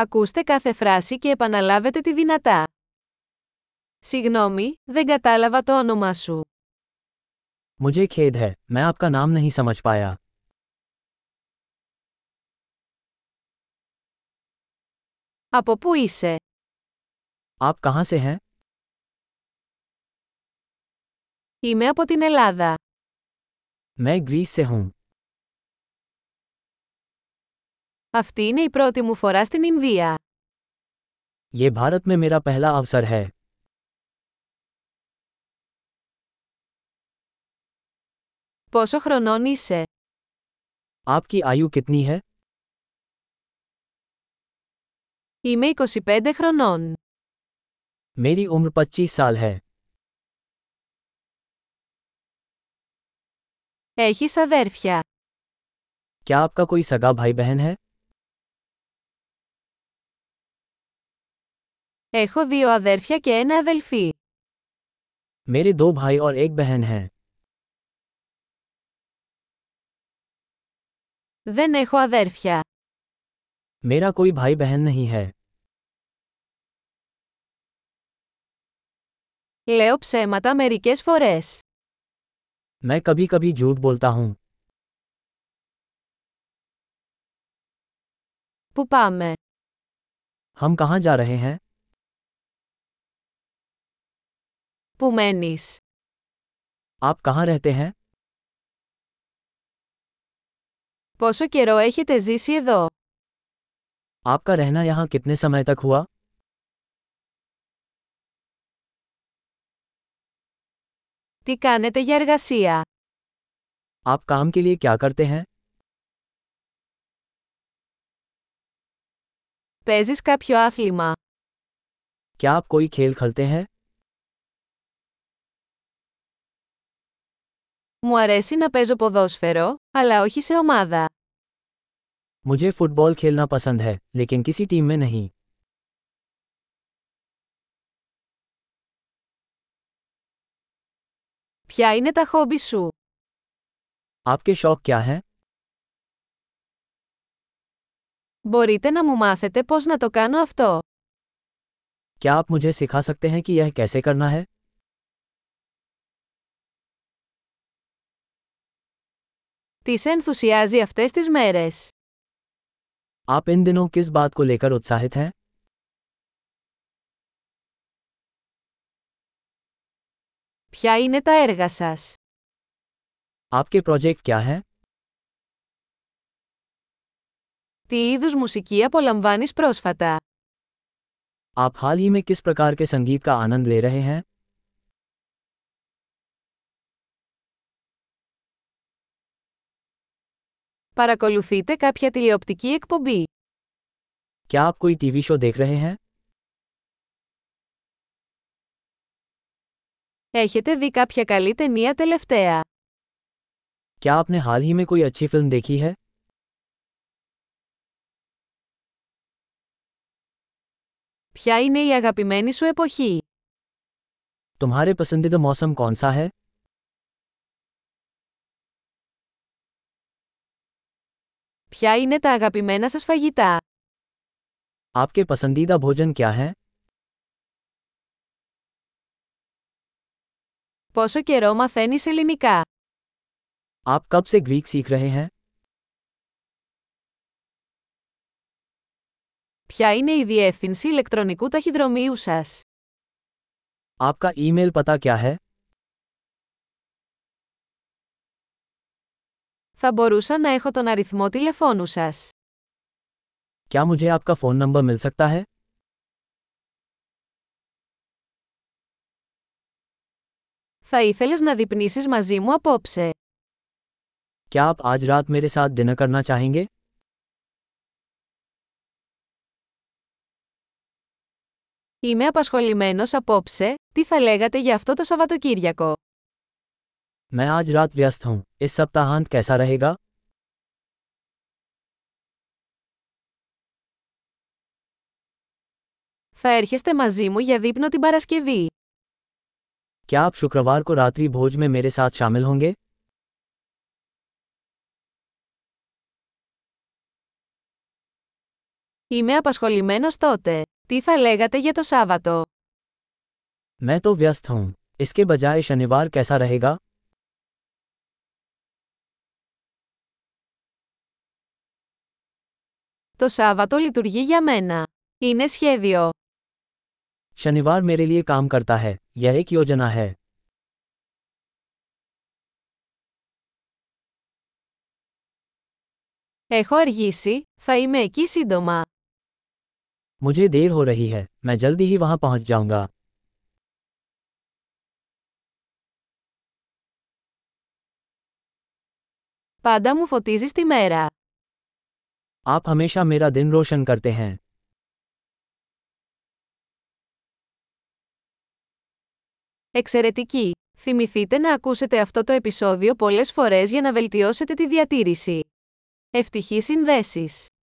Ακούστε κάθε φράση και επαναλάβετε τη δυνατά. Συγγνώμη, δεν κατάλαβα το όνομά σου. मुझे खेद है मैं आपका नाम नहीं समझ पाया Από πού είσαι? आप कहाँ से हैं Είμαι από την Ελλάδα. मैं ग्रीस से हूँ Αυτή είναι η πρώτη μου φορά στην Ινδία. ये भारत में मेरा पहला अवसर है Πόσο χρονών είσαι? आपकी आयु कितनी है Είμαι 25 χρονών. मेरी उम्र 25 साल है Έχεις αδέρφια. क्या आपका कोई सगा भाई बहन है Έχω δύο αδέρφια και ένα αδελφή. मेरे दो भाई और एक बहन हैं Δεν έχω αδέρφια. मेरा कोई भाई बहन नहीं है Λέω ψέματα μερικές φορές. मैं कभी कभी झूठ बोलता हूँ Πού πάμε? हम कहाँ जा रहे हैं Πού μένεις? आप कहाँ रहते हैं Πόσο καιρό έχετε ζήσει εδώ? आपका रहना यहाँ कितने समय तक हुआ Τι κάνετε για εργασία? आप काम के लिए क्या करते हैं Παίζεις κάποιο άθλημα? क्या आप कोई खेल खेलते हैं Μου αρέσει να παίζω ποδόσφαιρο, αλλά όχι σε ομάδα. मुझे फुटबॉल खेलना पसंद है लेकिन किसी टीम में नहीं Ποια είναι τα χόμπι σου? आपके शौक क्या हैं Μπορείτε να μου μάθετε πώς να το κάνω αυτό. क्या आप मुझे सिखा सकते हैं कि यह कैसे करना है Τι σε ενθουσιάζει αυτές τις μέρες? आप इन दिनों किस बात को लेकर उत्साहित हैं Ποια είναι τα έργα σας? आपके प्रोजेक्ट क्या हैं Τι είδους μουσική απολαμβάνεις πρόσφατα? आप हाल ही में किस प्रकार के संगीत का आनंद ले रहे हैं Παρακολουθείτε κάποια τηλεοπτική εκπομπή. क्या आप कोई टीवी शो देख रहे हैं Έχετε δει κάποια καλή ταινία τελευταία. क्या आपने हाल ही में कोई अच्छी फिल्म देखी है Ποια είναι η αγαπημένη σου εποχή? तुम्हारे पसंदीदा मौसम कौन सा है Ποια είναι τα αγαπημένα σας φαγητά? आपके पसंदीदा भोजन क्या है Πόσο καιρό μαθαίνεις ελληνικά? आप कब से ग्रीक सीख रहे हैं Ποια είναι η διεύθυνση ηλεκτρονικού ταχυδρομείου σας? आपका ईमेल पता क्या है Θα μπορούσα να έχω τον αριθμό τηλεφώνου σας. क्या मुझे आपका फ़ोन नंबर मिल सकता है Θα ήθελες να δείπνήσεις μαζί μου απόψε. क्या आप आज रात मेरे साथ डिनर करना चाहेंगे Είμαι απασχολημένος απόψε, τι θα λέγατε για αυτό το Σαββατοκύριακο. मैं आज रात व्यस्त हूँ इस सप्ताहांत कैसा रहेगा Θα έρχεστε μαζί μου για δείπνο την Παρασκευή. क्या आप शुक्रवार को रात्रि भोज में मेरे साथ शामिल होंगे Είμαι απασχολημένος τότε. Τι θα λέγατε για το Σάββατο. मैं तो व्यस्त हूँ इसके बजाय शनिवार कैसा रहेगा Το Σάββατο λειτουργεί για μένα. Είναι σχέδιο. शनिवार मेरे लिए काम करता है यह एक योजना है Έχω αργήσει, θα είμαι εκεί σύντομα. मुझे देर हो रही है मैं जल्दी ही वहां पहुंच जाऊंगा Πάντα μου φωτίζεις τη μέρα. आप हमेशा मेरा दिन रोशन करते हैं Εξαιρετική! Θυμηθείτε να ακούσετε αυτό το επεισόδιο πολλές φορές για να βελτιώσετε τη διατήρηση. Ευτυχή συνδέσεις!